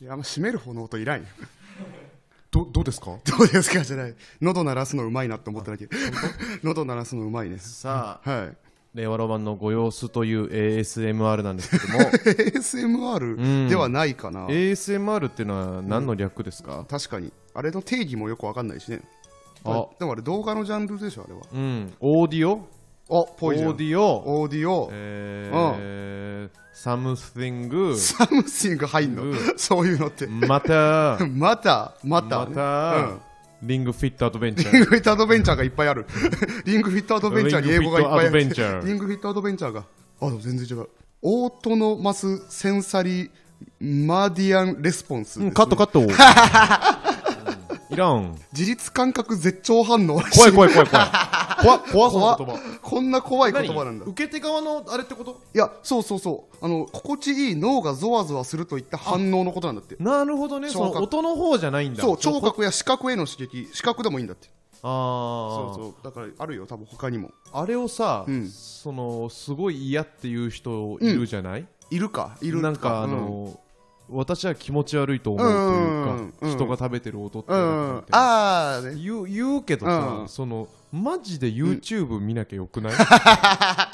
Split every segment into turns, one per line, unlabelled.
いやあんま締める方の音いらんよ
どどうですか
どうですかじゃない喉鳴らすのうまいなって思っただけ喉鳴らすのうまいね
さあ、
はい
令和ロマンのご様子という ASMR なんですけ ども、
ASMR ではないかな、
ASMR っていうのは何の略ですか、
確かにあれの定義もよくわかんないしね
あ
でもあれ動画のジャンルでしょあれは
うん、オーディオ
あ
オ
ぽいじゃん
ーディオ、
オーディオ
えー、サムスティング、
サムシング入んの、
う
そういうのって
また、
また また
また、
うん
リングフィットアドベンチャ
リン
ー。
グフィットアドベンチャーがいっぱいある リングフィットアドベンチャーに英語がいっぱいある
リングフィットアドベンチャー
リングフィットアドベンチャーがあでも全然違うオートノマスセンサリーマーディアンレスポンスですね、
うんカットカット。うん いらん。
自律感覚絶頂反応
怖い怖い怖い怖い。怖怖 そ
怖
の
っ
言葉。
こんな怖い言葉なんだ
受け手側のあれってこと
いやそうそうそうあの心地いい脳がゾワゾワするといった反応のことなんだって
なるほどね、そ
聴覚
の音の方じゃないんだ。
そう聴覚や視覚への刺激視覚でもいいんだって
あ
そう
あ
そうだからあるよ多分他にも
あれをさ、
うん
そのすごい嫌っていう人いるじゃない、
いるかいる
なんかあ
うん
の、私は気持ち悪いと思うという
うん
か、
うんうん
人が食べてる音って
う
なん
ん
かあ
ああ
言う言うけどさ、
うん
そのマジで YouTube 見なきゃよ くない、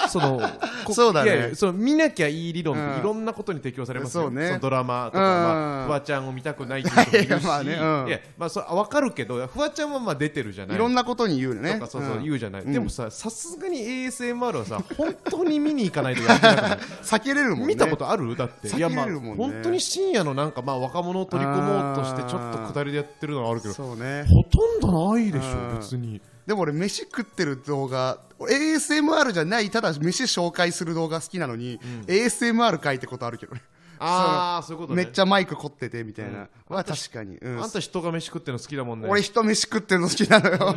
そのこ
そうだね
いやいやその見なきゃいい理論っ
うん
ていろんなことに適用されますよ、
そうね
のドラマとか、
うん
まあ、フワちゃんを見たくないっていう人も
いや
いるし
まあねうん
いやまあそれは分かるけどフワちゃんはまあ出てるじゃない
いろんなことに言うよね
とかそうそう
うん
言うじゃない、
うん
でもささすがに ASMR はさ本当に見に行かないとやってなくない
避けれるもんね
見たことあるだっていやま
避
あ
けれるもんね
本当に深夜のなんかまあ若者を取り込もうとしてちょっと下りでやってるのはあるけど
そうね
ほとんどないでし
う
ょ
ん
別に
でも俺飯食ってる動画 ASMR じゃないただ飯紹介する動画好きなのに、ASMR 書いてことあるけどね
ああそういうことね
めっちゃマイク凝っててみたいな、は確かに、うん
あんた人が飯食ってるの好きだもんね
俺人飯食ってるの好きなのよ好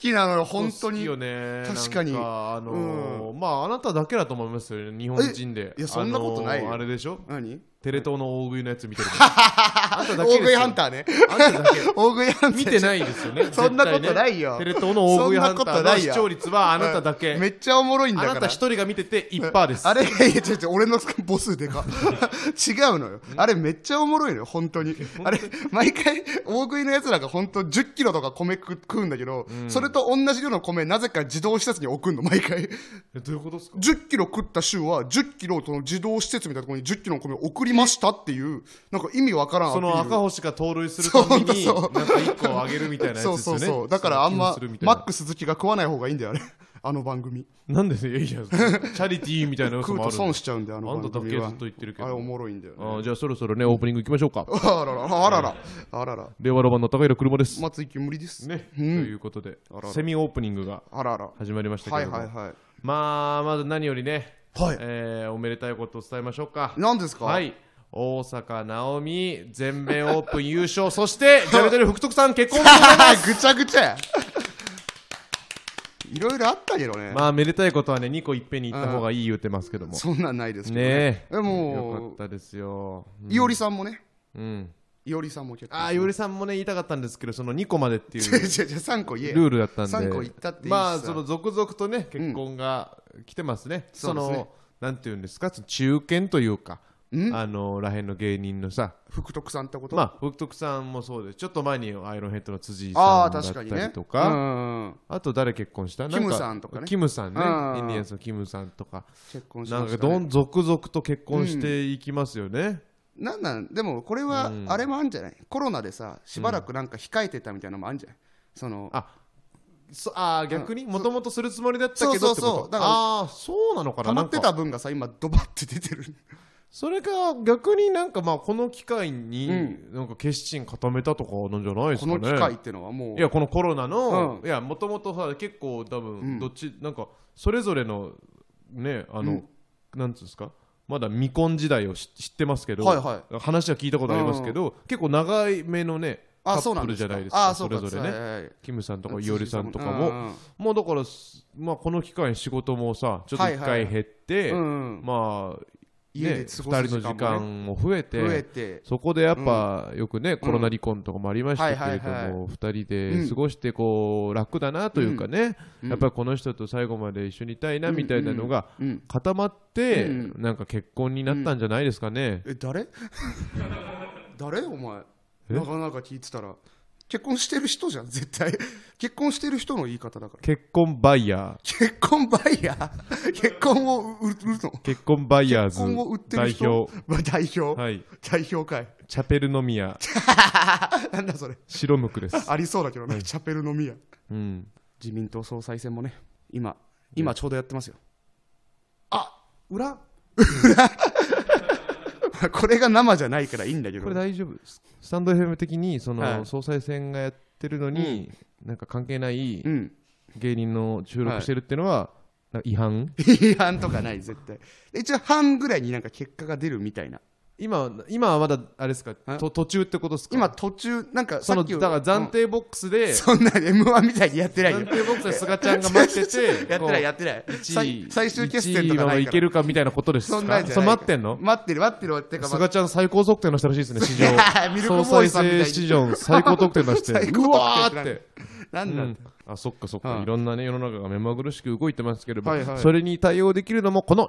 きなのよ本当
好き
に
よ
本
ね
当に確かに
なんあのーまああなただけだと思いますよ日本人で
えいやそんなことないよ
あのーあれでしょ
何
テレ東の大食いのや つ見てるからあんた
大
だけですよ
食いハンター ね
あんただけ
大食いハンター
見てないですよね。
そんなことないよ
絶対ねテレ東の大食いハン
そんなこ
ター
とな
の
いよ
視聴率はあなただけ。
めっちゃおもろいんだ
あ
から
なた一人が見てて1%です。
あれ、いやいや違う違う、俺の母数でか。 違うのよ。あれめっちゃおもろいのよ、本当 に。あれ、毎回、大食いのやつらが本当10キロとか米食食うんだけど、それと同じ量の米、なぜか自動施設に置くんの、毎回。
えどういうことですか
10キロ食った週は、10キロその自動施設みたいなところに10キロの米を送りましたっていう、なんか意味わからんアピー
そ
ル。
の赤星が盗塁するたびに、
そう
な
んそ
か
う
1個あげるみたいなやつです
そ
よ
う
ね。
そうそう。だからあんま
その気もするみ、たい
マ
な
ック鈴木が食わない方がいいんだよ、あれ。あの番組。
なんでね、いやいや、チャリティーみたいな要素
食う
もあ
と
る
損
んだ
しちゃうんだよ、あの
あん
番
ただ
組
けず
は
っ。と言ってるけ
あれお
ど。
もろいんだよね。
あじゃあそろそろね、オープニング行きましょうか。
あらら、あらら、あらら。
令和ロマンの高平車です。
松井き無理です。
ね、ということで、セミオープニングが
あらら。は
始まりましたけ
い
れど
はい
も。
は
まあ、まず何よりね、
い。は。
えーおめでたいことを伝えましょうか。
何ですか
はい。大坂なおみ、全米オープン優勝、 そして、ジャルジャル福徳さん 結婚おめでとうございます
ぐちゃぐちゃや。 いろいろあったけどね。
まあ、めでたいことはね、2個いっぺんに言った方がいい言うてますけども。
そんなんないですけど
ねえ。
で
よか
も
ったですよ。
いおりさんもね。
うん。
いおりさんも結構。
ああ、よりさんもね、言いたかったんですけど、その2個までってい
違う違う違
う
う、3個言え。
ルールだったんで。
三個言ったっていいしさ
まあ、その続々とね、結婚が来てますね。そ
そうですね
の、なんていうんですか、その中堅というか、
ん
あの、らへんの芸人のさ、
福徳さんってこと
まあ、福徳さんもそうです。ちょっと前にアイロンヘッドの辻井
ああ、
さんだっ
確
た
か
り
にね。
と
う
か、
んうんうん。
あと誰結婚したなん
キムさんとかね
キムさんね。
うん
インディアンスのキムさんとか。
結婚し
な
ま
ん
し
か
た
ど
ね。
ん続々と結婚していきますよね。
なんなん、でもこれは、あれもあんじゃないコロナでさ、しばらくなんか控えてたみたいなのもあんじゃないその、
あそあー逆にもともとするつもりだったけ
そ
ど
う
って
そうそう
こと
だから
ああーそうなのかな
溜まって
なんか
た分がさ、今ドバって出てる。
それか逆になんかまあこの機会に
う
なんか決心固めたとかなんじゃないで
こ
すかね
の機会ってのはもう
いやこのコロナの、
う
いやもともとさ結構多分どっち、なんかそれぞれのねあの、なんつうんですかまだ未婚時代を知知ってますけど、
はいは
話は聞いたことありますけど、結構長い目のねカ
あそう
ッ
な
プ
ん
ル
で
じ
す
ゃ
か
ないですか
あ
そうれ
か
ぞれ
はい
ね、
はいはい
キムさんとか
辻
いおりさんとかも、
うんうん
もうだからす、まあ、この期間仕事もさちょっと
はい
一
はい
回減って、
うんうん
まあ
家で
ね、
過ごす
2人の
時
時
間もね
間も増えて
増えて
そこでやっぱ、よくねコロナ離婚とかもありましたけれど
はいはいは
も、二2人で過ごしてこう楽だなというかね、やっぱりこの人と最後まで一緒にいたいなみたいなのが
うんうん
固まって、
うん
なんか結婚になったんじゃないですかね、
え誰 誰お前
え
なかなか聞いてたら結婚してる人じゃん絶対 結婚してる人の言い方だから
結婚バイヤ
結婚バイヤー 結婚を売るの
ー結婚バイヤー
結婚を売っ
ズ
てる
代
人
表
まあ代表、
はい
代表会
チャペルノミア
なんだそれ
白無垢です、
ありそうだけどね、チャペルの宮
うん、
自民党総裁選もね今今ちょうどやってますよあ裏裏 これが生じゃないからいいんだけど
これ大丈夫ススタンド FM 的にその、
はい
総裁選がやってるのに、なんか関係ない
うん
芸人の収録してるっていうのは、なんか違反
批判とかない絶対一応半ぐらいになんか結果が出るみたいな
今今はまだあれですか
え
と途中ってことですか
今途中なんか
そ
さ
の
っき
だから暫
定、
定ボックスで、
うんそんな m 1みたいにやってないよ
暫定ボックスで菅ちゃんが待ってて
やってないや
っ
ってない
1
最
位
最終決戦とか
1位ま
な
で
い
い
か
け
ら
るかみたいなことですか
そんなんじゃないから
そう待ってんの
待ってる待ってる待ってるか
菅ちゃん最高得点出したらしいですね史
ミルク
上
ボ
総
ーイ
裁
さんみたいに
選史上最高得点出して
最高得点
うわーっ
なん
て
だなんだ、
うんあそっかそっか、
うん
いろんなね世の中が目まぐるしく動いてますけれども、
はいはい
それに対応できるのもこの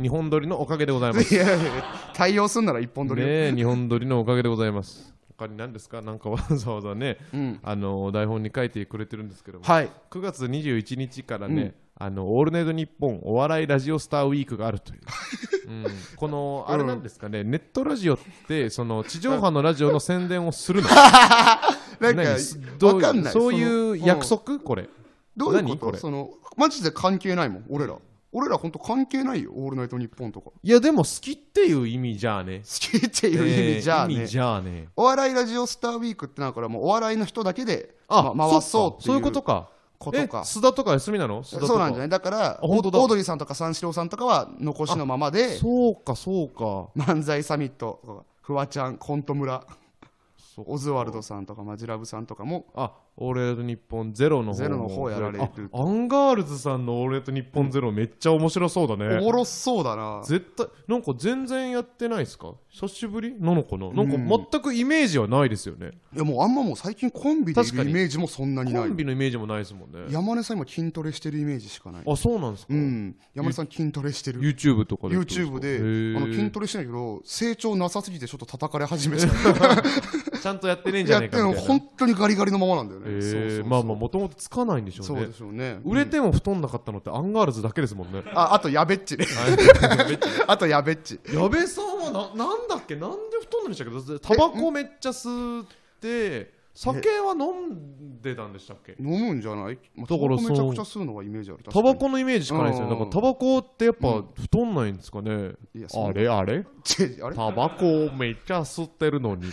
日本撮りのおかげでございま す
いやいやいや対応すんなら一本取りよ、
ねえ日本撮りのおかげでございます他に何ですかなんかわざわざね、あの台本に書いてくれてるんですけども、
はい
9月21日からね、あのオールナイトニッポンお笑いラジオスターウィークがある という、うん、このあれなんですかね、ネットラジオってその地上波のラジオの宣伝をするの
なんか
何ど
わ
う
かんない
そういう
の
約束、これ
どういうこ
何
と
これ
そのマジで関係ないもん俺ら俺ら本当関係ないよ「オールナイトニッポン」とか好
いやで も好きっていう意味じゃあね
きっていう意味じゃあね、
えー意味じゃあね
お笑いラジオスターウィークってなんからもうお笑いの人だけで、ま回そうっていう
そっかそういうことか
ことか
え須田とか休みなの須田とか
そうなんじゃないだからオ
本当だ
ードリーさんとか三四郎さんとかは残しのままで
そうかそうか
漫才サミットとかフワちゃんコント村
そっか
オズワルドさんとかマジラブさんとかも
あオールナイト日本ゼロの方も
ゼロの方やられる
あアンガールズさんのオールナイト日本ゼロめっちゃ面白そうだ
おも
ね
ろそうだな
絶対なんか全然やってないですか久しぶりなのかななんか全くイメージはないですよね
いやもうあんまもう最近コンビでい
確か
る
に
イメージもそんなにな
コ
い
ンビのイメージもないですもんね
山根さん今筋トレしてるイメージしかない
あそうなんですか
うん山根さん筋トレしてる
YouTube とかで
YouTube であの筋トレしてないけど成長なさすぎてちょっと叩かれ始めちゃ
レちゃんとやってねえん
う
じ
や
ゃ
っ
ねえ
てる
か
の
みたいな
本当にガリガリのままなんだよね
え
そうそうそ
ー
う
まあまあもともとつかないんでしょう
そう
ね
でしょうね
売れても太んなかったのってアンガールズだけですもんね
ああとやべっち ねあとやべっち
矢部さんはななんだっけなんで太んなんでしたっけだってタバコめっちゃ吸って酒は飲んでたんでしたっけ
飲むんじゃないまあタバ
だか
コ
ら
め
その
ちゃくちゃ吸うのがイメージある
タバ
確か
コのイメージしかないですよねだからタバコってやっぱ太んないんですかね
いやそう
あれあれ
にあれ
タバコをめっちゃ吸ってるのに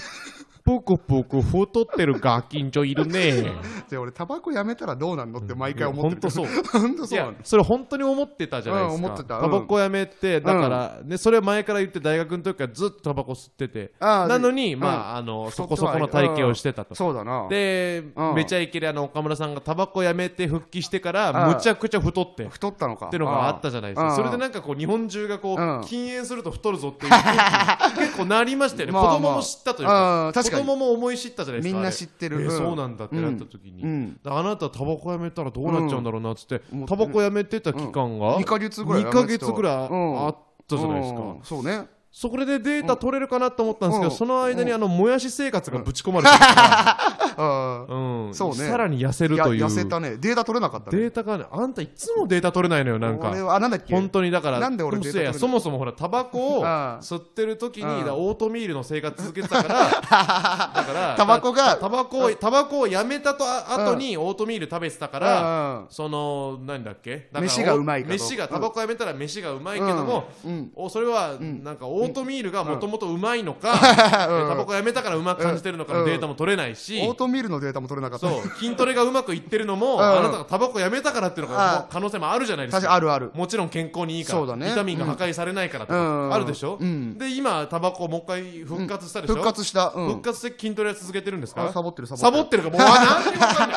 ぷくぷく太ってるガキンチョいるね
じゃあ俺タバコやめたらどうなんのって毎回思っ
ほ
て
ん
る
とそう
本当
い
そうな
や
んだ
それ本当に思ってたじゃないです
うん
か、
思ってたうん
タバコやめてだから、ね、それは前から言って大学の時からずっとタバコ吸ってて
ああ
なのに、
うん
まああの
太
そ
っては
こそこの体型をしてたと。
そうだな
で、
うん
めちゃイケであの岡村さんがタバコやめて復帰してから、
ああ
むちゃくちゃ太ってっ
太ったのか
ていうのがあったじゃないです
ああ
かそれでなんかこう日本中がこう、
うん
禁煙すると太るぞっていう空気 に結構なりましたよね、
まあまあ
子供も知ったという
ああ
か
確かに
子供も思い知ったじゃないですか
みんな
あれ
知ってる
え
うん
そうなんだってなった時に、
うん
であなたタバコやめたらどうなっちゃうんだろうなっつって、
うん
タバコやめてた期間が、
うん二ヶ月ぐらい
二ヶ月ぐらい
うん
あったじゃないですか、
うんそうね
そこでデータ取れるかなと思ったんですけど、
うん
その間にあのもやし生活がぶち込まれてるから、
ああ
うん
そうね
さらに痩せる
や
という
痩せたねデータ取れなかったね
データがねあんたいつもデータ取れないのよなん
俺
か
はあなんだっけ
本当にだから
なんで俺
う
データ
そ
取れ
や
ない
そもそもほらタバコを
ああ
吸ってる時に
ああ
だオートミールの生活続けてたからだから
タバコが
タバコをタバコをやめたとあ後にオートミール食べてたから、
あ
そのなんだっけだから
飯がうまいかと
飯がタバコやめたら飯がうまいけども、
うんうん
おそれはなんかオートミールがもともとうまいのか、えタバコやめたからうまく感じてるのか
う
の
ん
データも取れないし、
あオートミールのデータも取れなかった
そう筋トレがうまくいってるのも、
ん
あなたがタバコやめたからっていうの
あ
が可能性もあるじゃないです
確
か
かにあるある
もちろん健康にいいから
そうだね
ビタミンが破壊されないからとか、
うん
あるでしょ、
うん
で今タバコもう一回復活したでしょ、
復活したうん
復活して筋トレは続けてるんですか
あサボってるサボ
サ
って
ボ
る
ってるかもうあ何にも分か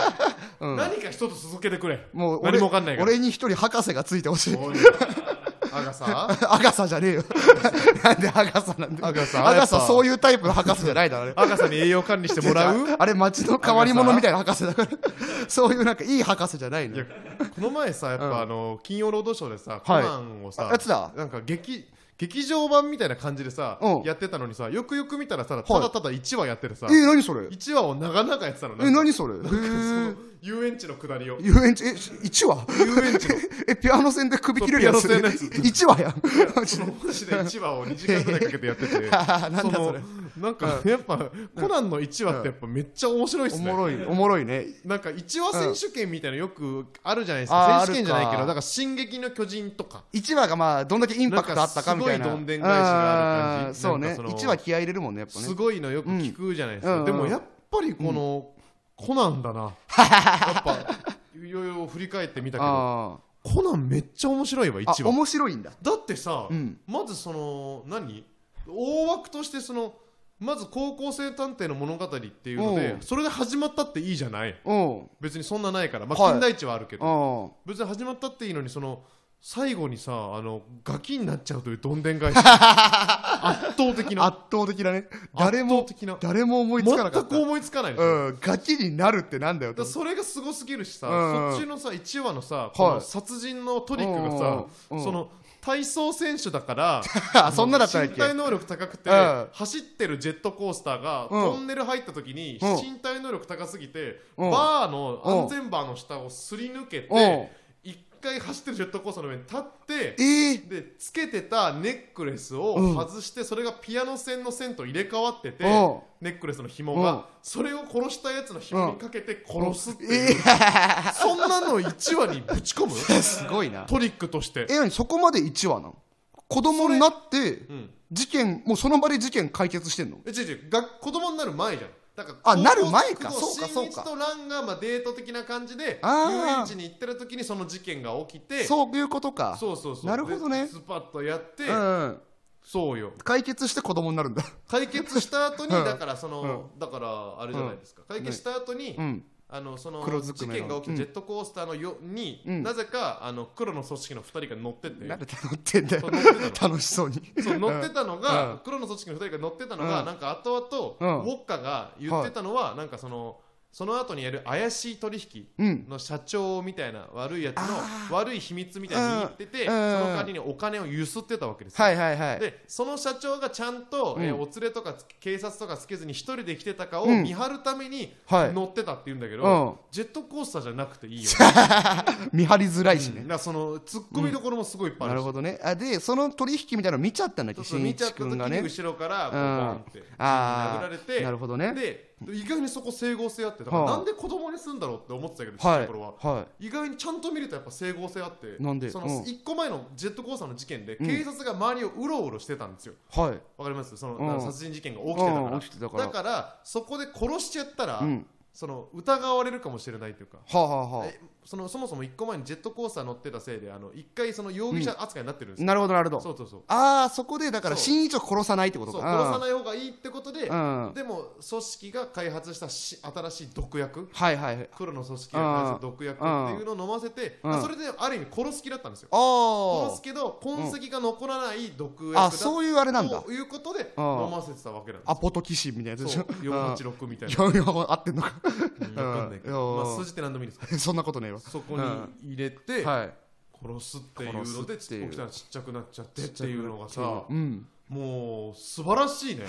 んない、何か一つ続けてくれ
もう俺
何も分かんないから
俺に一人博士がついてほしい
おいアガサ
アガサじゃねえ よ。なんでアガサなんだ
アガサ
アガサ
やっぱ
そういうタイプの博士じゃないだろ、あれ。
アガサに栄養管理してもらう
あれ、町の変わり者みたいな博士だから。そういうなんかいい博士じゃないの
いや
よ。
この前さやっぱ、あの金曜ロードショーでさコ
はい
ナンをさ、
あやってた
なんか劇劇場版みたいな感じでさ、
うん
やってたのにさよくよく見たらさただただ1話やっててさ、
え、何それえ、
一1話を長々やってたのなんか
何それへ
その
ー
遊園地の下りを
遊園地、え、1話
遊園地の
え、ピアノ線で首切れるやつ。
そうピアノ線のや
1話や ん。マジ
そ
で
の文字で1話を2時間ぐらいかけてやってて
なんだそれ
のなんかやっぱコナンの1話ってやっぱめっちゃ面白いっす
お
ね
もろい、おもろいね。
なんか一話選手権みたいなのよくあるじゃないです
あー
か、
あるか
選手権じゃないけどだから「進撃の巨人」とか
1話がまあ、どんだけインパクトあったかみたいな。
なんかすごいどんでん返しがある感じ
ーそう
な
ね。
んかその
1話気合い入れるもんね、やっぱね
す。ごいのよく聞くじゃないです
うん
か、
うん
でもやっぱりこの、コナンだなやっぱいろいろ振り返ってみたけど
あ
コナンめっちゃ面白いわ
ーあ
1、話
面白いんだ。
だってさ、
うん
まずその何大枠としてそのまず高校生探偵の物語っていうので
うん
それで始まったっていいじゃない
うん。うん。
別にそんなないからまあ
はい
金田一はあるけど、別に始まったっていいのにその最後にさあのガキになっちゃうというどんでん 返し圧倒的な
圧倒的だね。誰も
圧倒的な、
誰も思いつかなか
全
っ
く
た。
思いつかないでしょ、
うん、ガキになるってなんだよ
だか
と
らそれがすごすぎるしさ、
うん
そっちのさ1話のさ、この殺人のトリックがさ、
うんうん
その体操選手だから
あそんなだったっ
身
け
体能力高くて、
うん
走ってるジェットコースターが、
うん
トンネル入った時に、
うん
身体能力高すぎて、
うん
バーの安全バーの下をすり抜け
うん
て一、回走ってるジェットコースターの上に立って
えー、
でつけてたネックレスを
うん
外して、それがピアノ線の線と入れ替わってて、
うん
ネックレスの紐
うん
がそれを殺したやつの紐にかけて殺すってい
え
う、そんなの1話にぶち込む
すごいな。
トリックとして
え、何そこまで1話なの子供になって
う、ん
事件、もうその場で事件解決してんの
え違う違うが工子供になる前じゃんだから
あ
高校
なる前か
の
そうかそうか
新一とランがまあデート的な感じで遊
あー
園地に行ってる時にその事件が起きてう
そういうことか。
そうそうそう
なるほどね
でスパッとやって、
うん。
そうよ
解決して子供になるんだ。
解決した後に、
うん
だからその、だからあれじゃないですか、解決した後に、
うん。
あのその
黒ずく
事
めの
件が起きたジェットコースターのよ、に、
うん
なぜかあの黒の組織の2人が乗ってて
なんで乗ってんだよ
そう乗ってた。
楽しそうに。
そう乗ってたの
うん
が黒の組織の2人が乗ってたの
う
が
ん
なんか後
うん
々ウォッカが言ってたのはなんかそのその後にやる怪しい取引
うん。
の社長みたいな悪いやつの悪い秘密みたいに言ってて
うん
その代わりにお金をゆすってたわけですよ
はいはいはい。
でその社長がちゃんと、
うん
えーお連れとかつ警察とかつけずに一人で来てたかを
うん
見張るために
はい
乗ってたって言うんだけど、
うん
ジェットコースターじゃなくていいよ、
見張りづらいし
だ
ね。
からそのツッコミどころもすごいいっぱい
な
ある
る
し、
ほどね。あで、その取引みたいなの見ちゃったんだっけ、
そうそう
新
見ちゃっ
一
た時
君が
に
ね。
後ろからボ
うん
コンって
あ
殴られ
あ
て
なるほどね。
で意外にそこ整合性あってだから
はあ
なんで子供にすんだろうって思ってたけど、ちっちゃ
はい
頃は。
い。はい。
意外にちゃんと見るとやっぱ整合性あって
なんで
そうの
ん
一個前のジェットコースターの事件で
うん
警察が周りをうろうろしてたんですよ
はい。
わかりますその、
うん
だから殺人事件が起きてたから,、
うん起きてたから
だからそこで殺しちゃったら、
うん。
その疑われるかもしれないというか
はあ、はあは
えそのそもそも一個前にジェットコースター乗ってたせいであの一回その容疑者扱いになってるんです
あ、
よ、
なるほどなるほど。
そうそうそう
ああ、そこでだから
そう
新一を殺さないってこと
そ
か。
う殺さ
い。
ない方がいいってことで、
うん。
でも組織が開発したし新しい毒薬
はいはいはい。
黒の組織が開発した毒薬っていうのを飲ませて、
うん
あそれである意味殺す気だったんですよ、殺
あ
すけど痕跡が残らない毒薬
あ。
だ
あ、そういうあれなんだ。
ということで飲
うん
ませてたわけなんです
アポトキシンみたいなやつでし
そう
ょ。
486みたいな、
うん。いやいや合ってんのか。
うんわかんないけ
う
ど、
ん
まあ、数字って何でもいいんですけ
そんなことねえわ。
どそこに入れて殺
はい。
すっていうので
殺すっていう
起きたらちっちゃくなっちゃってっていうのがさ
うん。
もう素晴らしいね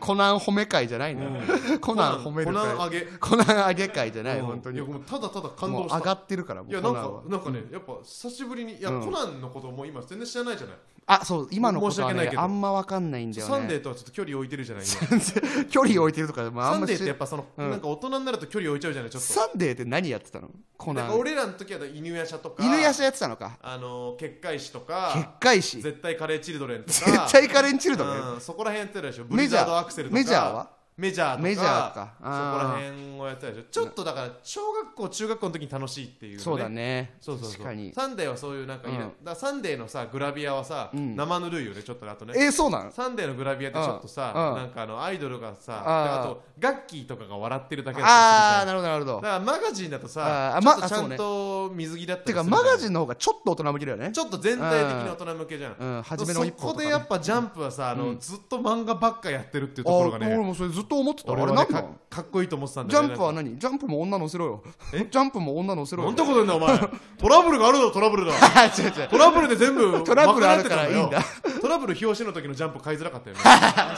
コナン褒め会じゃないの。 コナン褒める
コナン
会。
上げ
コナン上げ会じゃない、
うん
本当に。
いや
も
もうただただ感
う
動
上
した
がってるから、も
いうや
コ
なん
ナン
か
は。
なんかね、やっぱ久しぶりにいや、
うん
コナンのことも今全然知らないじゃない、
あ、そう、今のことは
申し訳ない
ね、
けど
あんまわかんないんだ
サ
よ
ンデ
ね。
ーとはちょっと距離置いてるじゃない今
距離置いてるとか、まああ
サ
ん
ン
ま
デー
し
ってやっぱその、
うん
なんか大人になると距離置いちゃうじゃないちょっと
サンデーって何やってたのコ
な
ナ
ん
ン
か。俺らの時は犬夜叉とか
犬やしやってたのか。
あの結界師と
結
か
界し。
絶対カレーチルドレンとか
絶対カレンチルドね。
うん、そこら辺やってるでしょブ
メ
リ
ジ
ザ
ャ
ードアクセ
ー
ルとか
メジャーは
メジャーとか
メジャーとか
そこ
あー
ら辺をやったでしょちょっとだから小学校中学校の時に楽しいっていうね
そうだね
そうそうそう
確かに
サンデーはそういうなんかいいな、
うん
だからサンデーのさグラビアはさ、
うん
生ぬるいよねちょっとねあとね
えー、そうなん
サンデーのグラビアってちょっとさ
うんうん
なんかあのアイドルがさ
あ
あ
ー
とガッキーとかが笑ってるだけだった
あ
り
あなるほどなるほ
する
ど
じゃんだからマガジンだとさ
あー
ちょ
ま
っとちゃ
あそうんね
と水着だった
て
りするじゃ
か
ん
マガジンの方がちょっと大人向きだよね
ちょっと全体的に大人向けじゃん、
うん初めの一歩とかね
そこでやっぱジャンプはさあの、ずっと漫画ばっかやってるっていうところが
あー俺
ね
もそれずっと思ってたあ
俺
れ
は
なん
ね
な
か
ん
かっこいいと思ってたん
ジ
だ
ャ
よね
ンプは何ジャンプも女乗せろよジ
え
ャンプも女乗せろよ
なんてこと言うんだお前トラブルがあるぞトラブルだ
違う違う
トラブルで全部
トラブルあるからいいんだ
賄ってたよトラブル表紙の時のジャンプ買いづらかったよね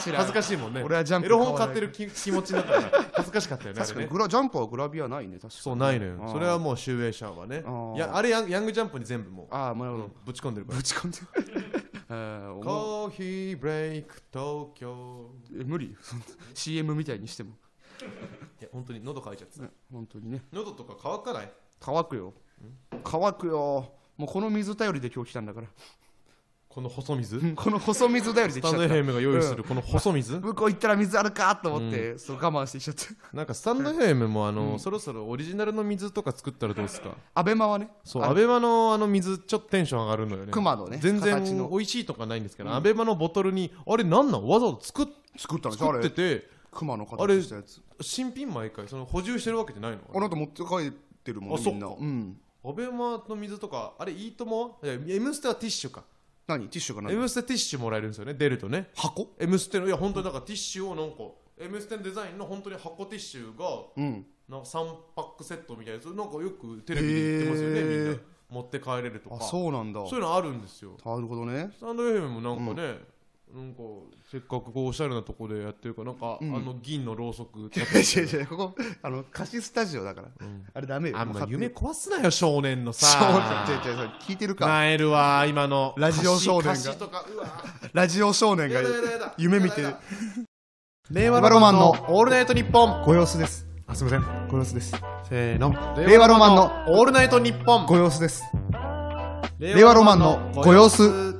知らん
恥ずかしいもんね
俺はジャンプ
エロ本買ってる気気持ちになったから恥ずかしかったよねあれ
確かに
ね
グラジャンプはグラビアないね確かに
そうないのよ
あー
それはもう集英社はね
あー
やあれヤンヤングジャンプに全部もう
ああなるほど
ぶち込んでるから
ぶち込んで えーおも
コーヒーブレイク東京
え無理 そんな CM みたいにしても
いや本当に喉乾いちゃってた
本当にね
喉とか乾かない
乾くよ乾くよもうこの水頼りで今日来たんだから
この細水
うんこの細水頼りで
ス
来
タ
ち
ン
ゃ
ド
った
FM が用意するこの細水
向こう行ったら水あるかと思って、そう我慢してきちゃって
なんかスタンド FM もあのそろそろオリジナルの水とか作ったらどうですか
アベマはね
そう
あ
アベマのあの水ちょっとテンション上がるのよね
熊のね
全然
形の
美味しいとかないんですけど、アベマのボトルにあれなんなんわざわざ作っ
作ったの
作ってて
熊の
あれ
形したやつ
新品毎回その補充してるわけじゃないの
あなた持って帰ってるもん
あ
ねみんな
そっか
うん
アベマの水とかあれいいともいや M ステはティッシュか
何ティッシュがない
M ステティッシュもらえるんですよね出るとね
箱
M ステのいや本当になんかティッシュをなんか M ステのデザインの本当に箱ティッシュが
うん
なんか3パックセットみたいなやつなんかよくテレビで言ってますよね
へー
みんな持って帰れるとか
あそうなんだ
そういうのあるんですよ
なるほどね
スタンド FM もなんかね、なんかせっかくこうおしゃれなとこでやってるからなんか、
ん
あの銀のろうそく
違 う違うここあの貸しスタジオだから、あれダメよ
あん
もう
ま
勝手に
夢壊すなよ少年の
そう
さ
違う違う違う聞いてるか
なえるわ今の
ラジオ少年が
歌詞歌詞とかうわ
ラジオ少年
や
が
だやだやだ
夢見て
やだやだ令
和ロマンの
オールナイトニッポン
ご様子です
あすみません
ご様子です
せーの
令和ロマンの
オールナイトニッポン
ご様子です令和ロマンのご様子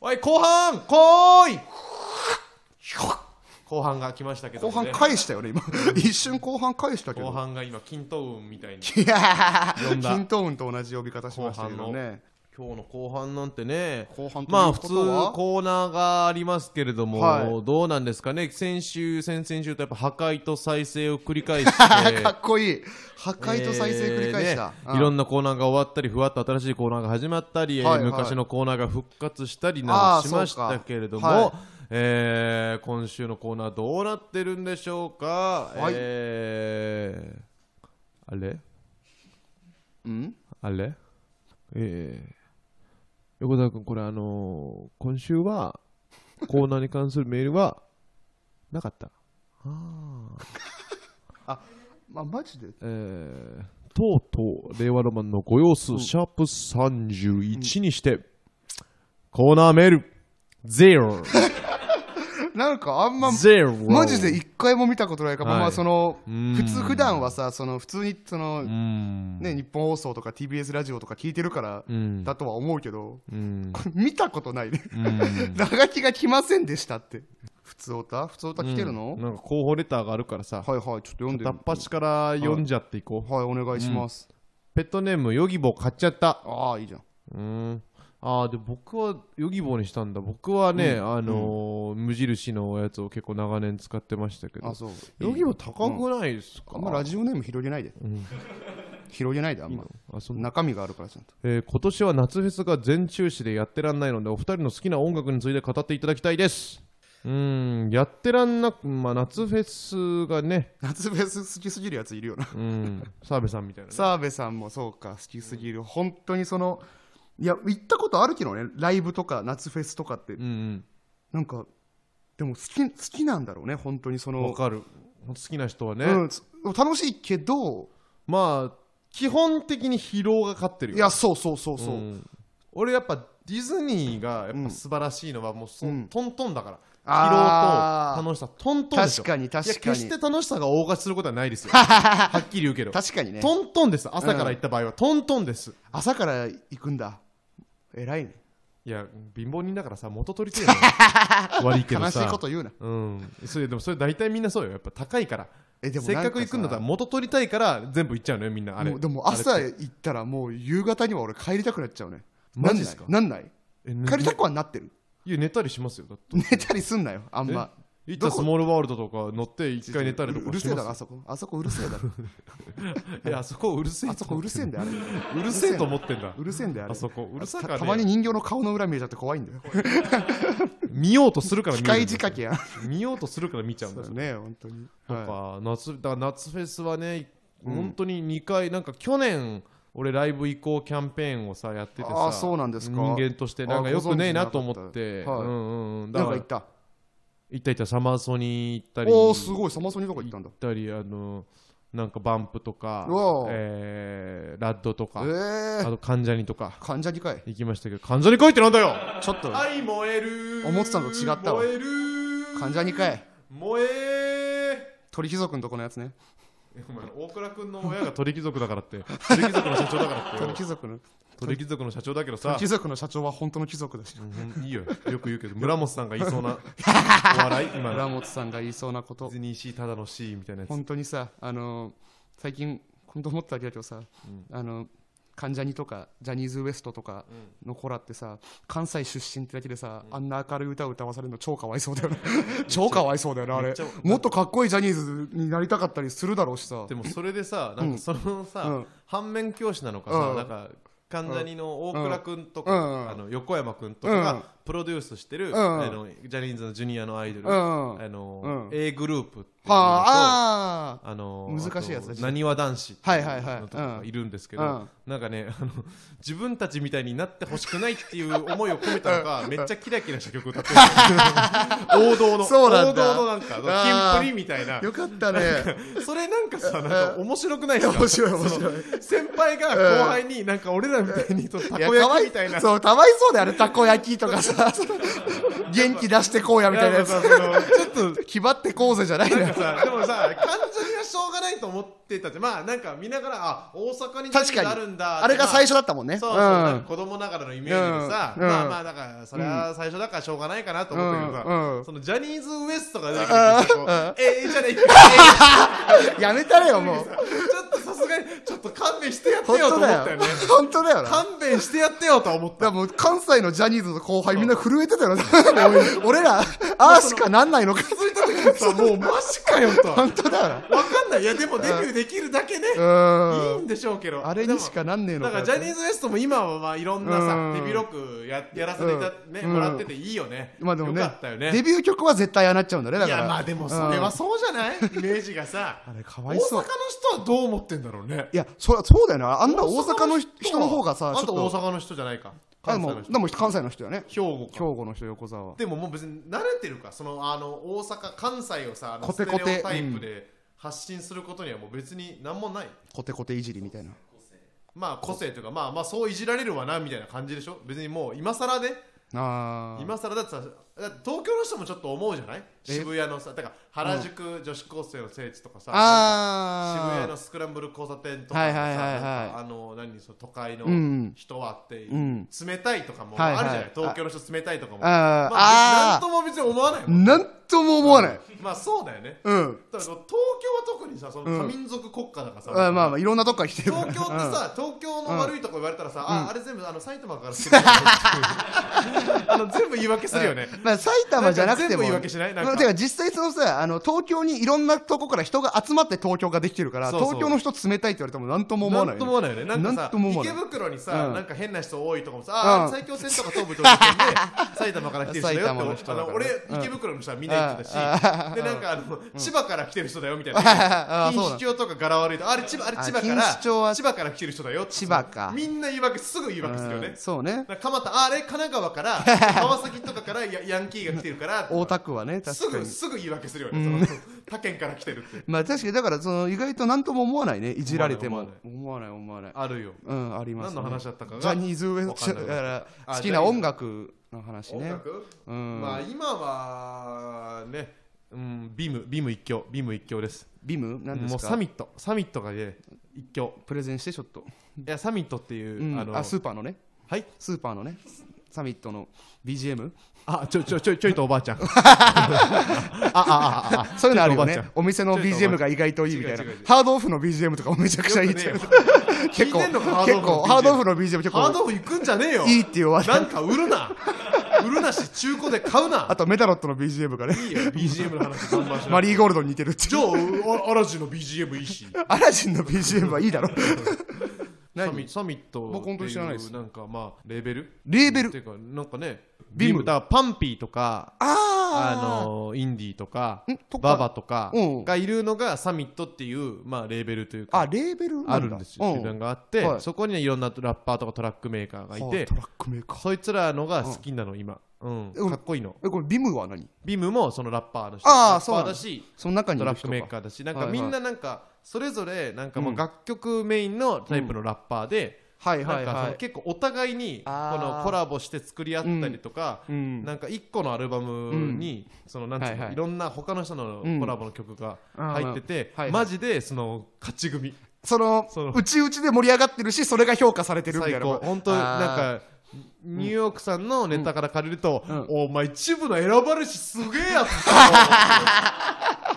おい後半こーい後半が来ましたけど
後
ね、
半返したよね今一瞬後半返したけど
後半が今均等運みたいに
いや
呼ん
ー
だ
キントーンと同じ呼び方しましたけどね
今日の後半なんてね
後半と
ま
い
あ
う
普
こ
通
とは、
コーナーがありますけれども、
は
どうなんですかね先週先々週とやっぱ破壊と再生を繰 り返して
かっこいい破壊と再生繰り返した、
えーねい
な
ろ
ん
なコーナーが終わったりふわっと新しいコーナーが始まったり、えー
はいはい
昔のコーナーが復活したりな
あ
ど
ー
しましたけれども、
そうかはい
えー今週のコーナーどうなってるんでしょうか、
はい
えーあれ
うん
あれえー、横澤君これあのー今週はコーナーに関するメールはなかった
まあマジで
えーとうとう令和ロマンのご様子、シャープ31にして、コーナーメールゼロ
なんかあんま
ゼロ
マジで一回も見たことないから、
はい
まあその
うん
普通普段はさその普通にその、
うん
ね、日本放送とか TBS ラジオとか聞いてるから
うん
だとは思うけど、
うん
これ見たことないね、
う ん
ラガキが来ませんでしたって普通オタ普通オタ来てるの、
なんか候補レターがあるからさ
はいはいちょっと読んで
片っ端から読んじゃっていこう、
はいお願いします、
ペットネームヨギボー買っちゃった
ああいいじゃん
うんあーで僕はヨギボーにしたんだ僕はね、あのー無印のやつを結構長年使ってましたけど
あそう
ヨギボー高くないですか、
あんまラジオネーム広げないで、広げないであんま
あそんな
中身があるからちゃんと
えー今年は夏フェスが全中止でやってらんないのでお二人の好きな音楽について語っていただきたいですうーんやってらんなく、まあ、夏フェスがね
夏フェス好きすぎるやついるよな
うん澤部さんみたいな、ね、
澤部さんもそうか好きすぎる、本当にそのいや行ったことあるけどねライブとか夏フェスとかって、
うん
なんかでも好き好きなんだろうね本当にそ
うんわ
の、
かる好きな人はね、
うん、つ楽しいけど
まあ基本的に疲労が勝ってるよ
いやそうそうそうそう、
うん俺やっぱディズニーがやっぱ素晴らしいのはもうそ、
うん
トントンだから
あー
疲労と楽しさトントンですよ
確かに確かに
いや決して楽しさが大勝ちすることはない ですよはっきり言うけど
確かにね
トントンです朝から行った場合は、トントンです
朝から行くんだ偉いね
いいや貧乏人だからさ元取り てえの悪いけど
悲し
さ
いこと言うな
うんそれでもそれ大体みんなそうよやっぱ高いから
えでも
せっかく行くんだったら
も
元取りたいから全部行っちゃうのよみんなあれ
もうでも朝
あれって
行ったらもう夕方には俺帰りたくなっちゃうね
マジっすか
なんない
え
なん
ね
ない帰りたくはなってる
いや寝たりしますよだって
寝たりすんなよあんま
行ったスモールワールドとか乗って一回寝たりと
うう
か
る
し
せえだろ
ま
あ
す
そこあそこうるせえだろ
いやあそこうる せえ
あそこうるせえんだよあれ
うるせえと思ってんだ
うるせえんだよあれ
あそこうるさか
た
ね
たまに人形の顔の裏見えちゃって怖いんだよ
見ようとするから
機
見る
械
んだ
仕
よ
掛けや
見ようとするから見ちゃうん
そ
だ
う
よ
ね本当に
と
は
か夏だから夏フェスはね
うん
本当に2回なんか去年俺ライブ移行キャンペーンをさやってて
あ
さ
ーそうなんですか
人間としてなんか
あー
よくねえな
ご存知な
と
か
思
った
ってう
はい
んうんうん
い
だ
なんか
か
ら行った
行った行ったサマーソニー行ったり
おおすごいサマソニーとか行ったんだ
行ったりあのなんかバンプとか
うわー、
えーラッドとか、
ええ
あと関ジャニとか
患者にかい
行きましたけど関ジャニ書いてなんだよ
ちょっと
愛燃える
思ってたのと違ったわ
燃える
患者にかい
燃え
鳥貴族のとこのやつね
お前大倉君の親が鳥貴族だからって 鳥貴族の社長だからっ
鳥
て
貴族の
鳥貴族の社長だけどさ
鳥貴族の社長は本当の貴族だし
うんいいよよく言うけど村本さんが言いそう なお笑い今
村
の
本さんが言いそうなこ
ディ
と
ズニーシーただのシーみたいなやつ
本当にさあの最近本当思ったけどさ、
ん
あの関ジャニとかジャニーズ WEST とかの子らってさ関西出身ってだけでさ、あんな明るい歌を歌わされるの超かわいそうだ よね超かわいそうだよねあ
め
れ
っちゃ
もっとかっこいいジャニーズになりたかったりするだろうしさ
でもそれでさなんかそのさ、
うん
反面教師なのか
う
さ
ん
なんか関ジャニの大倉君とか、
うん
あの横山君とか
うん
がプロデュースしてる、
ん
あのジャニーズのジュニアのアイドル、
うん
あの
うん
A グループっていうのと
はああ
あの
難しいやつだし
なにわ男子って
はいいうはいはい
のとかがいるんですけど、
うん
なんかねあの自分たちみたいになってほしくないっていう思いを込めたのかめっちゃキラキラした曲 歌ってる王道の
そうなんだ
王道のなんか
あー
キンプリみたいな
よかったね
それなんかさなんか面白くないですか
面白い面白い
先輩が後輩になんか俺らみたいにとたこ焼きみたいな。
そうかわいそうだよねたこ焼きとか さ元気出してこうやみたいなやつ
なんかさそのちょっと
気張ってこうぜじゃないの
なん
よ
かさでもさ感情にはしょうがないと思ってたってまあなんか見ながらあ大阪に
確
何
か
が
に
あるんだって
あれが最
初
初だったもんね
そうそ
ん
う、なんか子供ながらのイメージでさ、
うん
まあまあだからそれは最初だからしょうがないかなと思ったけどさ、
うんうん
そのジャニーズ WEST が出てきてこうええじゃねえか
やめたれよ もう
ちょっとさすがにちょっと勘弁してやって
本
よと
当
思っ
だ
たよ
よ
ね
本当だよなだか
勘弁してやってよとは思った
らもう関西のジャニーズの後輩みんな震えてた よな俺らああしかなんないのか
気づいた時にさもうマジかよと
本当だよ
わか んないいやでもデビューできるだけね
なう
いい
ん
んでしょうけど
あれにしかなんねえの
だ
か
からジャニーズ WEST も今はまあいろんな
う
さ
ん
手広くややらせていた、ね
うん
もらってていいよね、
まあでもね
よかったよね
デビュー曲は絶対ああなっちゃうんだねだ
い
か
や
ら
まあでもそれ
うん
はそうじゃない、イメージがさ
あれ か
大
わ
阪
い
の
そう
人はどう思ってんだろうね
いやそそうだよなあんな大阪の人人の方が
あ
さ
ん
ちょ
た
っ
大
と
阪の人じゃないか
あで
関西
も
の人
でも関西の人だね
兵庫
兵
か
庫の人横澤は
でももう別に慣れてるかそのあの大阪関西をさあの
コテコテ
ステレオタイプで発信することにはもう別に何もない
コテコテいじりみたいな
まあ個性というかまあまあそういじられるわなみたいな感じでしょ別にもう今更ね
あー
今更だってさだって東京の人もちょっと思うじゃない
え
渋谷のさだから原宿女子高生の聖地とかさ
あ
渋
ー
谷のスクランブル交差点とか
は
さ
いはいはいはい
なんかあの何その都会の
うん
人はって、
ん
冷たいとかも
は
あ
い
る
はい
じゃない、東京の人冷たいとかも
あーあ
ま
ー
別になんとも別に思わないもん
なんとも思わない。
まあそうだよね
うん。
だから東京は特にさその多民族国家だからさ、
あまあまあ、いろんなとこから来てるから。
東京ってさ、東京の悪いとこ言われたらさ、ああれ全部あの埼玉から来てる あの全部言い訳するよね
うんまあ、埼玉じゃなくても。
なんか全部言い訳しないなんか
まあてか実際そのさ、あの、東京にいろんなとこから人が集まって東京ができてるから、
そうそう
東京の人冷たいって言われてもなんとも思わない、
んとも思わないよねなんか
なん
さ
とも思わな
池
い
袋にさ、
うん
なんか変な人多いとかもさ、あ
う
あ
ん
埼京線とか東武東京線で埼玉から来てる人だよ
埼玉の
って
人
あ
だから
の俺池袋の人はみんな言ってたし、
うん
でなんかあの、千葉から来てる人だよみた い
あ
な
あそうな
錦
の
糸町とか柄悪いとあれ千葉あれ千葉から
錦糸町は
千葉から来てる人だよって
千葉か
みんな言い訳すぐ言い訳するよね、
うんそうね。
なんか蒲田あれ神奈川から 川崎とかからヤヤンキーが来てるから
大田区はね、
す
確か
ぐ
に。
すぐ言い訳するよね、その他県から来てるって
まあ確かに、だからその意外となんとも思わないね、いじられても。思わない、思わない。
あるよ
うん、あります、
何
ね。
の話だったかが
ジャニーズ上
わかんない
だから
あ
好きな音楽の話
音
ね。
楽、
うん。
まあ今はね、うん、ビームビーム一強ビーム一強です
ビムなんです
もう
か
サミットサミットがね一強
プレゼンしてちょっと。
いやサミットっていう、
うん
あの
あスーパーのね。
はい
スーパーのね。サミットの BGM
あ、ちょ、ちょ、ちょい、ちょいとおば あちゃん。あ、あ、あ、あ、あ、
そういうのあるよ
ちょっとおばあ
ね
ち
お店の
ちょっとおばあちゃん
BGM が意外といいみたいな
違う違う違う
ハードオフの BGM とかもめちゃくちゃいいっていう
よく
結構
聞いてんのかハードオ
結構ハードオ
フの BGM
フの BGM 結
ハー
構
ドオフ行くんじゃねえよ。
いいっていう話題
なんか売るな。売るなし、中古で買うな。
あとメタロットの BGM がね
いいよ、BGM の話、バンバンしな
マ
い。
リーゴールドに似てるってい
じ
う
ゃあ、あアラジンの BGM いいし。
アラジンの BGM はいいだろ
サミサミット
僕本当に知らないです
ってうなんかまあレーベル
レーベル
っていうかなんかね
ビーム
ビームだからパンピーとかあ
ああ
のインディーとか
んとか
ババとか
うん
がいるのがサミットっていうまあレーベルというか
あレーベルなんだ
あるんですよ
う
集団があって
はい
そこにはいろんなラッパーとかトラックメーカーがい
はあ
て
トラックメーカー
そいつらのが好きなの今うん
うん
かっこいいの
えこれビムは何
ビームもそのラッパーの人
あー
ラッ
そう
パ
なん
ー
だ
だし
その中にい
ト
る
ラッ
人
ク
か
メーカーだしなん
はい
か
はい
みんななんかそれぞれなんかまあ
うん
楽曲メインのタイプのラッパーで
はい
な
は
ん
い
かそ
は
の
い
結構お互いにこ
あー
のコラボして作り合ったりとか、
うん
なんか一個のアルバムに、そのなんつうの、
はいいはい
ろんな他の人のコラボの曲が入ってて、
うんあーはいはい
マジでその勝ち組
その
その
うちうちで盛り上がってるしそれが評価されてるみたい
最
な
高本当
んか
なんかニューヨークさんのネタから借りると、
うん
お前一部の選ばれしすげえ やつだな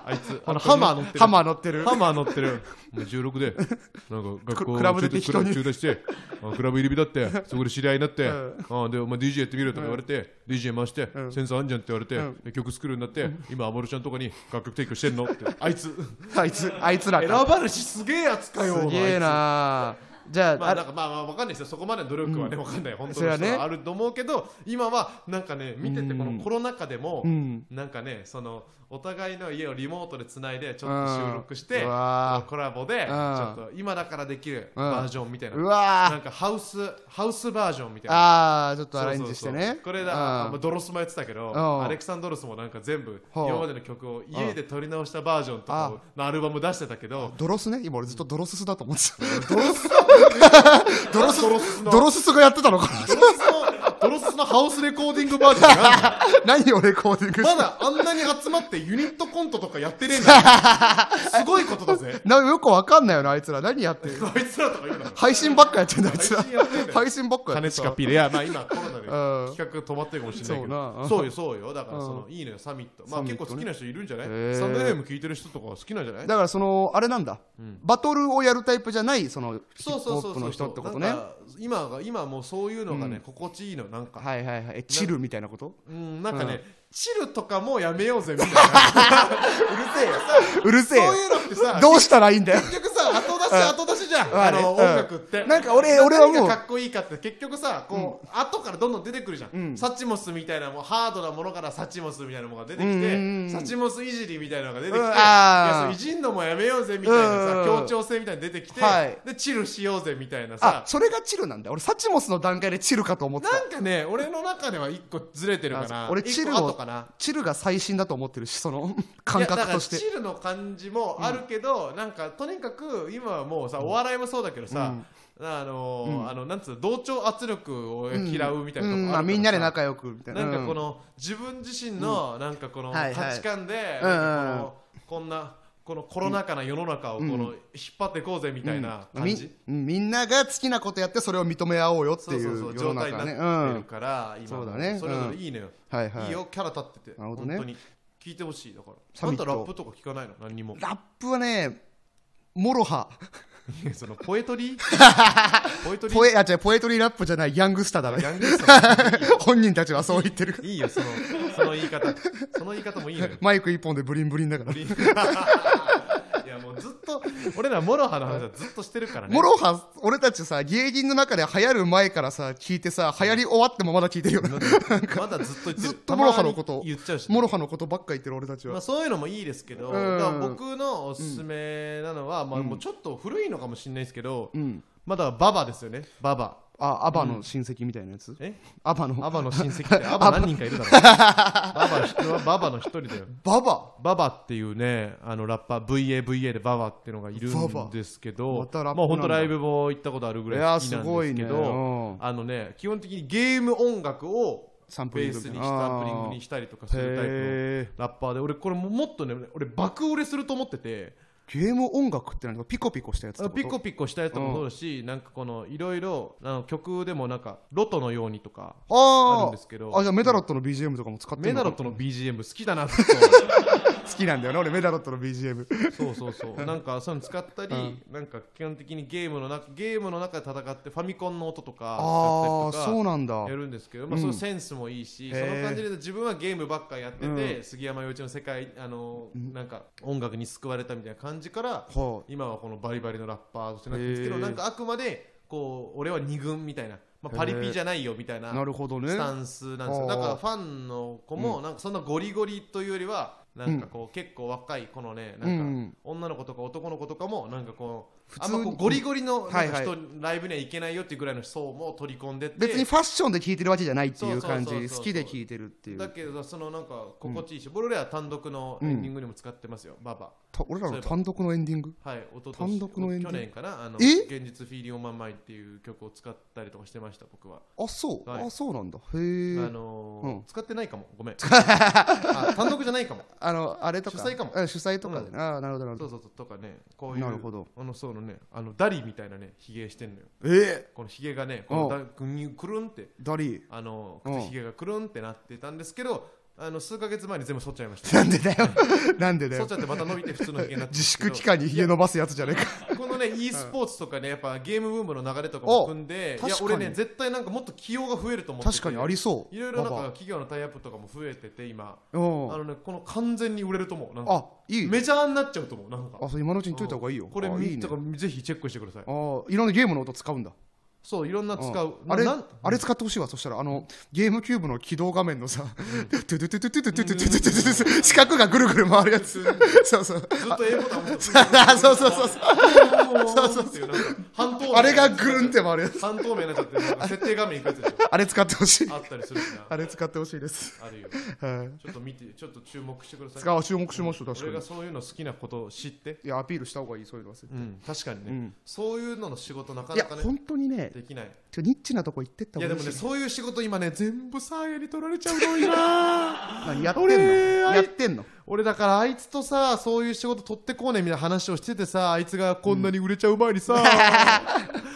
あいつあのハマー乗ってる
ハマー乗ってる
ハマー乗って る。もう16で、 なんか学校
クラブで
中
適当に
退中退して、あクラブ入り火 だって、そこで知り合いになって、
うん
あで、お前 DJ やってみろとか言われて、DJ 回して、
ん
センスあんじゃんって言われて、
うん
で曲作るようになって、今、アモルちゃんとかに楽曲提供してんのって、 あいつ、
あい つあいつら
選
か
ばれしすげえやつかよ、
すげえ
あいつ。
なじゃあ
まあ、
あ
なんかまあまあわかんないですよ、そこまでの努力はね、わかんない、本当
それ
に
はね
人はあると思うけど、今はなんかね、見てて、このコロナ禍でも、
うん
なんかね、そのお互いの家をリモートでつないで、ちょっと収録して、
うんうわー
コラボで、ち
う
ょ
ん
っと今だからできる
うん
バージョンみたいな、
う
な
わ
んかハウス、ハウスバージョンみた
ー
いな。
あーちょっとア
そう
レ
そ
ン
うそう
ジしてね
これだ、
うん
まあ、ドロスもやってたけど、
うん
アレクサンドロスもなんか全部、
ほう
今までの曲を家で撮り直したバージョンとかをのアルバム出してたけど、
ドロスね今俺ずっとドロススだと思ってた
ドロス
ドロス
ドロスの
ドロススがやってたのか
ドロスの、ドロスのハウスレコーディングバージョンがあ
な 何をレコーディング
る
し
のま
て
だあんなに集まってユニットコントとかやってねえんだよすごいことだぜ。
なよくわかんないよなあいつら何やってる
あいつらとか言うなよ。
配信ばっかやってんだあいつら
配信やってんだよ
配信ばっかやって
金
た
近ピーで、いや、まあ今コロナで
うん
企画止まってるかもしれないけ
そう
ど、
な
そうよ、そうよ。だからその、
う
いいのよ、サミット。まあ
サミッ
結
ト
構
ね
好きな人いるんじゃない
へー
スタンド FM 聞いてる人とかは好きなんじゃない
だからそのあれなんだ、バトルをやるタイプじゃないそのヒ
そう
ップ
そ
ホ
うそ
ッ
う
プ
そ
の
う。
人ってことね
なんか今が、今もうそういうのがね、心地いいの、なんか。
はいはいはいえチルみたいなこと
うん、なんかね、
うん
チルとかもやめようぜ、みた いな。うるせえよ。
うるせえよ
そういうのってさ、
どうしたらいいんだよ
結局さ後出し後出しじゃん
ま
あ
あねう
の
ん
音楽って
なんか俺俺はもう
何がかっこいいかって結局さこう後からどんどん出てくるじゃん
ん
サチモスみたいなもうハードなものからサチモスみたいなものが出て
う
き
んうんう
て
ん
サチモスいじりみたいなのが出てきて
うん
い
あ
や
ー
そういじんのもやめようぜみたい
う
な
ん
さ
うんうん
協調性みたいなの出てきて
はい
でチルしようぜみたいな
あ
さ
それがチルなんだ俺サチモスの段階でチルかと思って
な
た
んかね俺の中では一個ずれてるか
あ
な
そう俺チル
一個後
を
かな
チルが最新だと思ってるしその感
いやだ
覚
から
として
チルの感じもあるけど、なんかとにかく今はもうさお笑いもそうだけどさ、あのーあのなんつうの同調圧力を嫌うみたいなとこあるからさ、
うんまあ、みんなで仲良くみたいな
なんかこ
うん
の自分自身のなんかこの
はいはい
価値観で
うんうん
なんかこのこんなこのコロナ禍な世の中をこの引っ張っていこうぜみたいな感じ、
みみんなが好きなことやってそれを認め合おうよっていう
そうそうそ
世の
う状態
中が
に
ね
なってる
うん
から、今
そうだね
それぞれいいのよ、
はいはい
いよキャラ立ってて
なるほど
本
ね
当に聞いてほしいだから
サ
あ
ミ
ん
ット
たラップとか聞かないの何にも
ラップはねモロハ
い やそのポエ トリーポエトリー
ポエあ違うポエトリーラップじゃないヤングスターだね
ヤングスター
本人たちはそう言ってる
いいよそのその言い方その言い方もいいのよ
マイク一本でブリンブリンだから。
いやもうずっと俺らモロハの話はずっとしてるからね
モロハ、俺たちさ、芸人の中で流行る前からさ、聞いてさ、流行り終わってもまだ聞いてるよな。
まだずっと言ってる
ずっとモロハのこと
たまに言っちゃうしね、
モロハのことばっか言ってる俺たち
まあ、
は。
そういうのもいいですけど、
うん
だから僕のおすすめなのは、まあ、もうちょっと古いのかもしれないですけど、
ん
まあだからババですよねババ
あ、アバの親戚みたいなやつ
え
アバの。
アバの親戚ってアバ何人かいる だろうババひババの一人だよ
ババ
ババっていうねあのラッパー VAVA でババっていうのがいる
ババ
んですけど
またラップ
まあ本
な
当
んだ
ライブも行ったことあるぐらい好きなんですけ
いやーすごいね
ど
うん
あのね基本的にゲーム音楽を
サンプ
ベ
リン
ー
グ
ス
みたい
に
な
したサンプリングにしたりとかするタイプのラッパーで俺これももっとね俺爆売れすると思ってて
ゲーム音楽って何かピコピコしたやつって
あ
こと
ピコピコしたやつもそうだし、なんかこのいろいろあの曲でもなんか「ロトのように」とかあるん
あ
ですけど
ああじゃあメダロットの BGM とかも使って
メ
んの
ダ
か
ロ
な
ットの BGM 好きだな
好きなんだよな俺メダロットの BGM
そうそうそうなんかそういうの使ったり、なんか基本的にゲームの中ゲームの中で戦ってファミコンの音とか使
あ
っ
あ
た
そ
りとか
うなんだ
やるんですけど、まあ、
うん
そのセンスもいいし、
へー
その感じで自分はゲームばっかやってて、
うん
杉山陽一の世界あの、なんか音楽に救われたみたいな感じから、
は
今はこのバリバリのラッパーとしてなってるんですけど、
へー
なんかあくまでこう俺は二軍みたいな、まあ、パリピじゃないよみたい
あ
な
なるほどね
スタンスなんですよ、
あー
だからファンの子もなんかそんなゴリゴリというよりはなんかこう結構若いこのねな
うん
か
ん
女の子とか男の子とかもなんかこうあん
通に
まこうゴリゴリのなんか
はいは
人ライブには行けないよっていうぐらいの層も取り込んでて
別にファッションで聴いてるわけじゃないっていう感
そうそうそう
じ
そう
好きで聴いてるってい
だ
う
けどそのなんか心地いいし、俺らは単独のエンディングにも使ってますよ、ババ
た俺らの単独のエンディング
はい一昨
単
年
独のエンディング
去年かなあの
え
現実フィーリンオンマンマイっていう曲を使ったりとかしてました僕は、
あそう、
はい
あそうなんだへ
あ
え
のー
うん
使ってないかもご めんあ単独じゃないかも
あのあれとか
主催かも
うん主催とかで、
うん
ああなるほどなる
そ
ほ
う
ど
そうそうとかねこういう
なるほど
あのそうのねあのダリみたいなねひげしてんのよ
え
このひげがねこの
お
だぐにゅくるんって
ー、ダリー
あの
うん
口ひげがくるんってなってたんですけどあの数ヶ月前に全部剃っちゃい ました
なんでだよ なんでだ
剃っ
よ
ちゃってまた伸びて普通のひげになってるんで
自
すけど
粛期間にひげ伸ばすやつじゃねえか
このね e スポーツとかねやっぱゲームブームの流れとかも組んでい
お
や
確か
俺
に
ね絶対なんかもっと起用が増えると思ってて
確かにありそう
い
い
ろいろなんか企業のタイアップとかも増えてて今あ
うん
のねこの完全に売れると思うなんか
あいい
メジャーになっちゃうと思うなんか
あそう今のうちに解いた方がいいよ
これ
あいい
み
ね
とかぜひチェックしてください
あーいろんなゲームの音使うんだ
そういろんな使う
あれ
なん
あれ使ってほしいわそしたらあのゲームキューブの起動画面のさトゥトゥトゥトゥトゥトゥトゥトゥトゥトゥトゥトゥ四角がぐるぐる回るやつそうそう
ずっと A ボタン押して
あ そうそうそうそう
そうそうそうなんか半透明
あれがぐるんって回るやつ
半透明になっちゃってなんか設定画面いくやつでし
あれ使ってほしい
ょあったりするしな
あれ使ってほしいです
あるよ
はい
ちょっと見てちょっと注目してください
使う注目しましょう確
俺
か
が
に
そういうの好きなことを知って、
いやアピールした方がいいそういうのは
うん、確かにね、
うん
そういうのの仕事なか
い
な
や
かね
本当にね
できない
ちょニッチなとこ行ってった方
いや
が
で
いい
もね
し
そういう仕事今ね全部サーヤに取られちゃうの今
何やってんの
俺あい
やってんの
俺だからあいつとさそういう仕事取ってこうねみたいな話をしててさあいつがこんなに売れちゃう前にさ、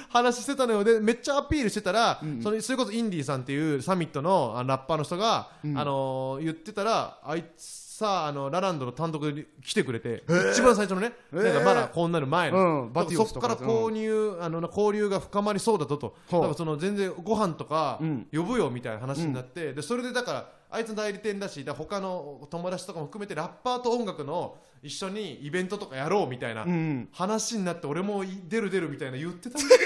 話してたのよでめっちゃアピールしてたら、そのそれこそインディーさんっていうサミットのあのラッパーの人が、あのー言ってたらあいつさあのラランドの単独に来てくれて、一番最初のね、なんかまだこうなる前の、
うんバティ
そ
オ
っ
スとか
か
ら
購入、あの交流が深まりそうだとと、
ほう
だからその全然ご飯とか
ん
呼ぶよみたいな話になって、でそれでだからあいつの代理店だしだから他の友達とかも含めてラッパーと音楽の一緒にイベントとかやろうみたいな
うん
話になって俺もい出る出るみたいな言ってたんだけ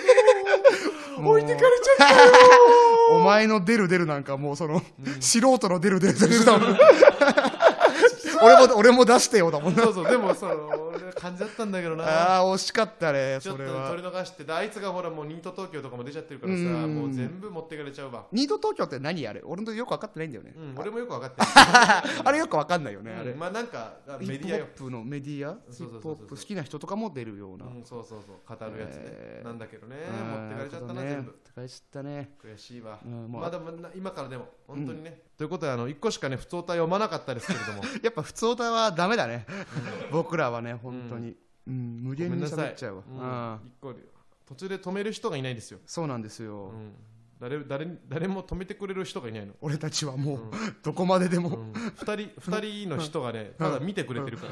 ど
もう
置いてかれちゃった
お前の出る出るなんかもうその、素人の出る出る出るだもん俺も俺も出してよだもんな
そうそうでもその俺感じだったんだけどな
ああ惜しかったね
ちょ
そ
っと
れ
取
は
り逃してであいつがほらもうニート東京とかも出ちゃってるからさ
うん
もう全部持ってかれちゃうわ
ニート東京って何あれ俺のよく分かってないんだよね、
うん俺もよく分かって
あれよく分かんないよね、あ
る
れ
うんまあなんかメ
ヒ
デ
ップ
ィ
ホ
アよ
ップのメディアヒ
そうそ
ッ
うそう
プ
そう
ホップ好きな人とかも出るような、
うん、そうそうそう語るやつね、
えー
なんだけどね
あー
持ってかれちゃったな
なるほどね
全部
持ってかれちゃったね
悔しいわ、
うん
ま
まあ
あでもな今からでも本当にね、ということであの1個しかね普通体読まなかったですけれども
やっぱ普通歌はダメだね、僕らはね本当に、うん無
ご
限
めん
に
なさ
喋
い
っちゃうわ、
うん
ああ
一個で途中で止める人がいないですよ、
そうなんです
う
よ、
ん、誰誰誰も止めてくれる人がいないの、
俺たちはもう、どこまででも、
うん、2, 人二人の人がねただ見てくれてるから、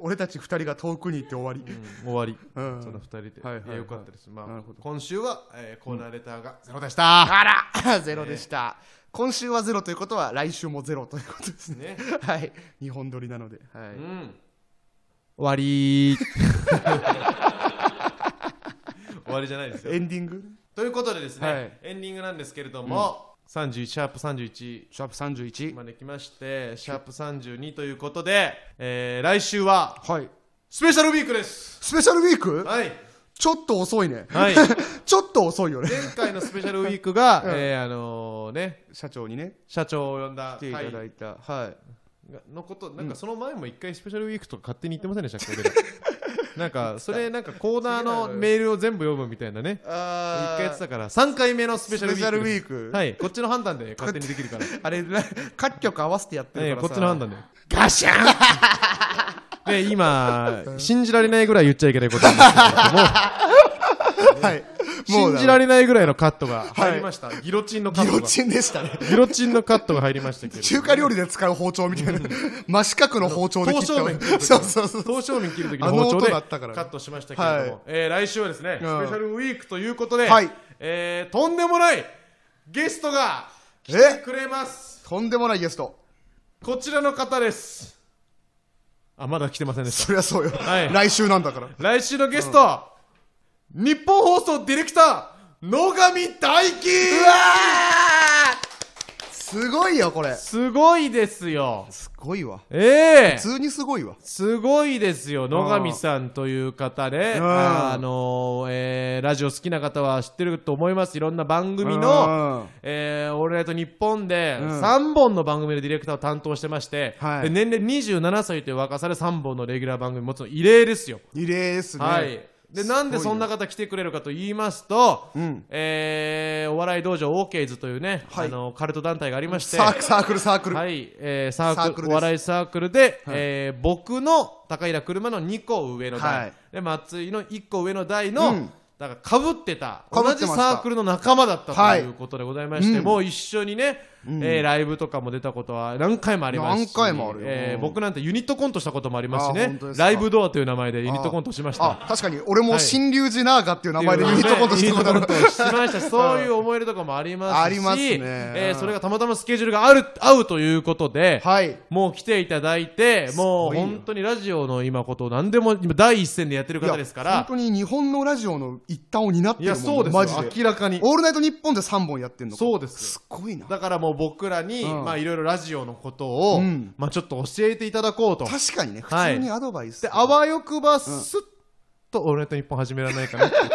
俺たち二人が遠くに行って終わり、
うん終わり、
うん
その2人で、
はいはいいはい
やよかったです、ま
な
あ
るほ、ど
今週は、えーコーナーレターがゼロでし
あら ゼロでした、今週はゼロということは来週もゼロということです
た
ね
ね、
はい日本撮りなので、はい
うん終わり 終わりじゃないですよ
エンディング
ということでですね、
はい
エンディングなんですけれども、31シャープ31
シャープ31、
まで来ましてシャープ32ということで、えー来週は
はい
スペシャルウィークです
スペシャルウィーク
はい
ちょっと遅いね、
は い
ちょっと遅いよね
前回のスペシャルウィーク が、
うん
えーあのね
社長にね
社長を呼んだ
来て
回
いただいた、はい
のことなんかその前も一回スペシャルウィークとか勝手に言ってませんでしたっけ 俺らなんかそれなんかコーナーのメールを全部読むみたいなね一
あ
回やってたから3回目のスペシャルウィーク
スペシ
です
ャルウィーク
はいこっちの判断で勝手にできるから
あれな各局合わせてやって
ええ
る から
こ
さ
っちの判断で
ガシャン
で、今、信じられないぐらい言っちゃいけないことなんです
はい。
けども、
う
信じら
れ
れないぐらいのカットが入りました。ギロチンのカッ
ギ
トが。
ロチンでしたね。
ギロチンのカットが入りましたけれど。
中華料理で使う包丁みたいな、真四角の包丁で切った
刀削麺切る時
そうそうそう。
刀削麺切る時の
あ
包丁
の音
で
が
カ
あったからね
ットしましたけれども、
はい
えー来週はですね、
うん
スペシャルウィークということで、
はい
えーとんでもないゲストが来て
え
くれます
とんでもないゲスト。
こちらの方ですあまだ来てませんでし
そりゃそうよ。
はい
来週なんだから。
た来週のゲスト、日本放送ディレクター野上大輝
すごいよ、これ。す
すごいですよ
ごいわ。
ええ
普通にすごいわ。
すごいですよ、野上さんという方で、
うん
あのえーラジオ好きな方は知ってると思います、いろんな番組
うん
の、えー、オールナイト日本で
うん
3本の番組のディレクターを担当してまして、
はい
で年齢27歳という若さで3本のレギュラー番組持つの異例ですよ。
異例ですね。
はいでなんでそんな方来てくれるかと言いますと、
うん
えーお笑い道場オーケーズというね、
はい
あのカルト団体がありまして、
サークサークル、サークル。
はい、えーサークル
サークルで
お
す
笑いサークルで、えー僕の高平車の2個上の台、
はい
で松井の1個上の台の、
うん
だから被ってた
被って
同
ました
じサークルの仲間だったと
はい
いうことでございまして、
うん
もう一緒にね、えーライブとかも出たことは何回もありますし
何回もあるよ
えー
うん
僕なんてユニットコントしたこともありますし
あー
ね
本当ですか
ライブドアという名前でユニットコントしました
あ、確かに、俺も
はい
新龍寺ナーガっていう名前でユニットコントしてたことある。
ユニットコントしましたしそういう思い出とかもありますし、
ありますね
えーそれがたまたまスケジュールがある合うということで、
はい。
もう来ていただいて、もう
すごいよ
本当にラジオの今こと、何でも今第一線でやってる方ですか
いや
ら、
本当に日本のラジオの一端を担って
い
る
や、
もん
そうです
マジで
よ、明らかに。
オールナイトニッポンで3本やってんのか
そうです
すごいな
だからもう僕らに、
うん
まあいろいろラジオのことを、
うん
まあちょっと教えていただこうと。
確かにね普
はい
通にアドバイス、
で、あわよくば、すっと、オールナイト日本始められないかなってこ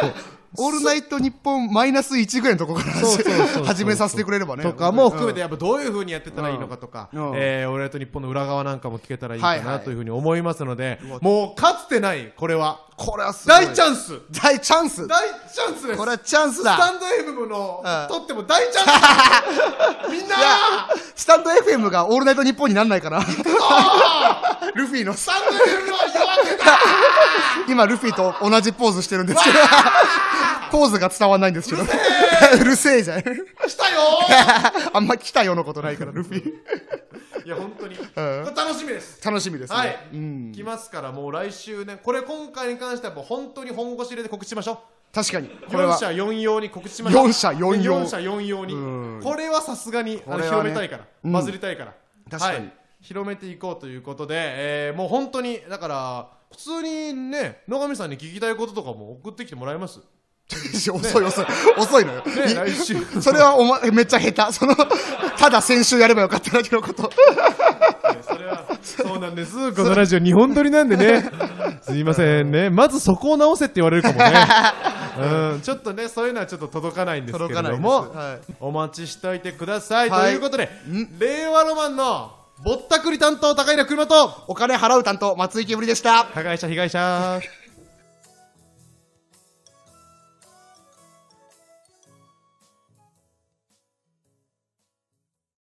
オールナイトニッポンマイナス1ぐらいのとこから
うそうそうそう
始めさせてくれれば
う
ね
とかも含めて、やっぱどういう風にやってたらいいのかとか、
うんうん
えー、オールナイト日本の裏側なんかも聞けたらいいか
はいは
ないというふうに思いますので、
うわ
もうかつてない、これは。
これはすごい
大チャンス
大チャンス
大チャンスです
これはチャンス
スタ
だ
ンド FM の、
うん
撮っても大チャ ンスみんな
スタンド FM がオールナイトニッポンになんないからルフィの
スタンド FM の夜明けだ
今ルフィと同じポーズしてるんですけどポーズが伝わんないんですけどうるせえじゃん
来たよ
あんま来たようなことないからルフィ
ーいや、本当に。これ楽しみです。
楽しみですね、
はい、
うん、
来ますから、もう来週ね、これ今回に関してはもう本当に本腰入れて告知しましょ
確かに
う。
これは
4社4用に告知しましょう。
四社四用
4社4用
う
に。
ん
これはさすがに、あの
これはね
広めたいから、
うん
バズりたいから。
確かに
はい広めていこうということで、えーもう本当に、だから、普通にね、野上さんに聞きたいこととかも送ってきてもらえます
遅い 遅い遅いのよ、
ね
い
来週。
それはお前めっちゃ下手そのただ先週やればよかっただけのこと
それはそうなんです このラジオ日本撮りなんで ねすいませんねまずそこを直せって言われるかもね うんちょっとねそういうのはちょっと届かないんですけれども、
届かないで
お待ちしておいてください、
はい
ということで令和ロマンのぼったくり担当高平車と
お金払う担当松井けぶりでした
加害者被害者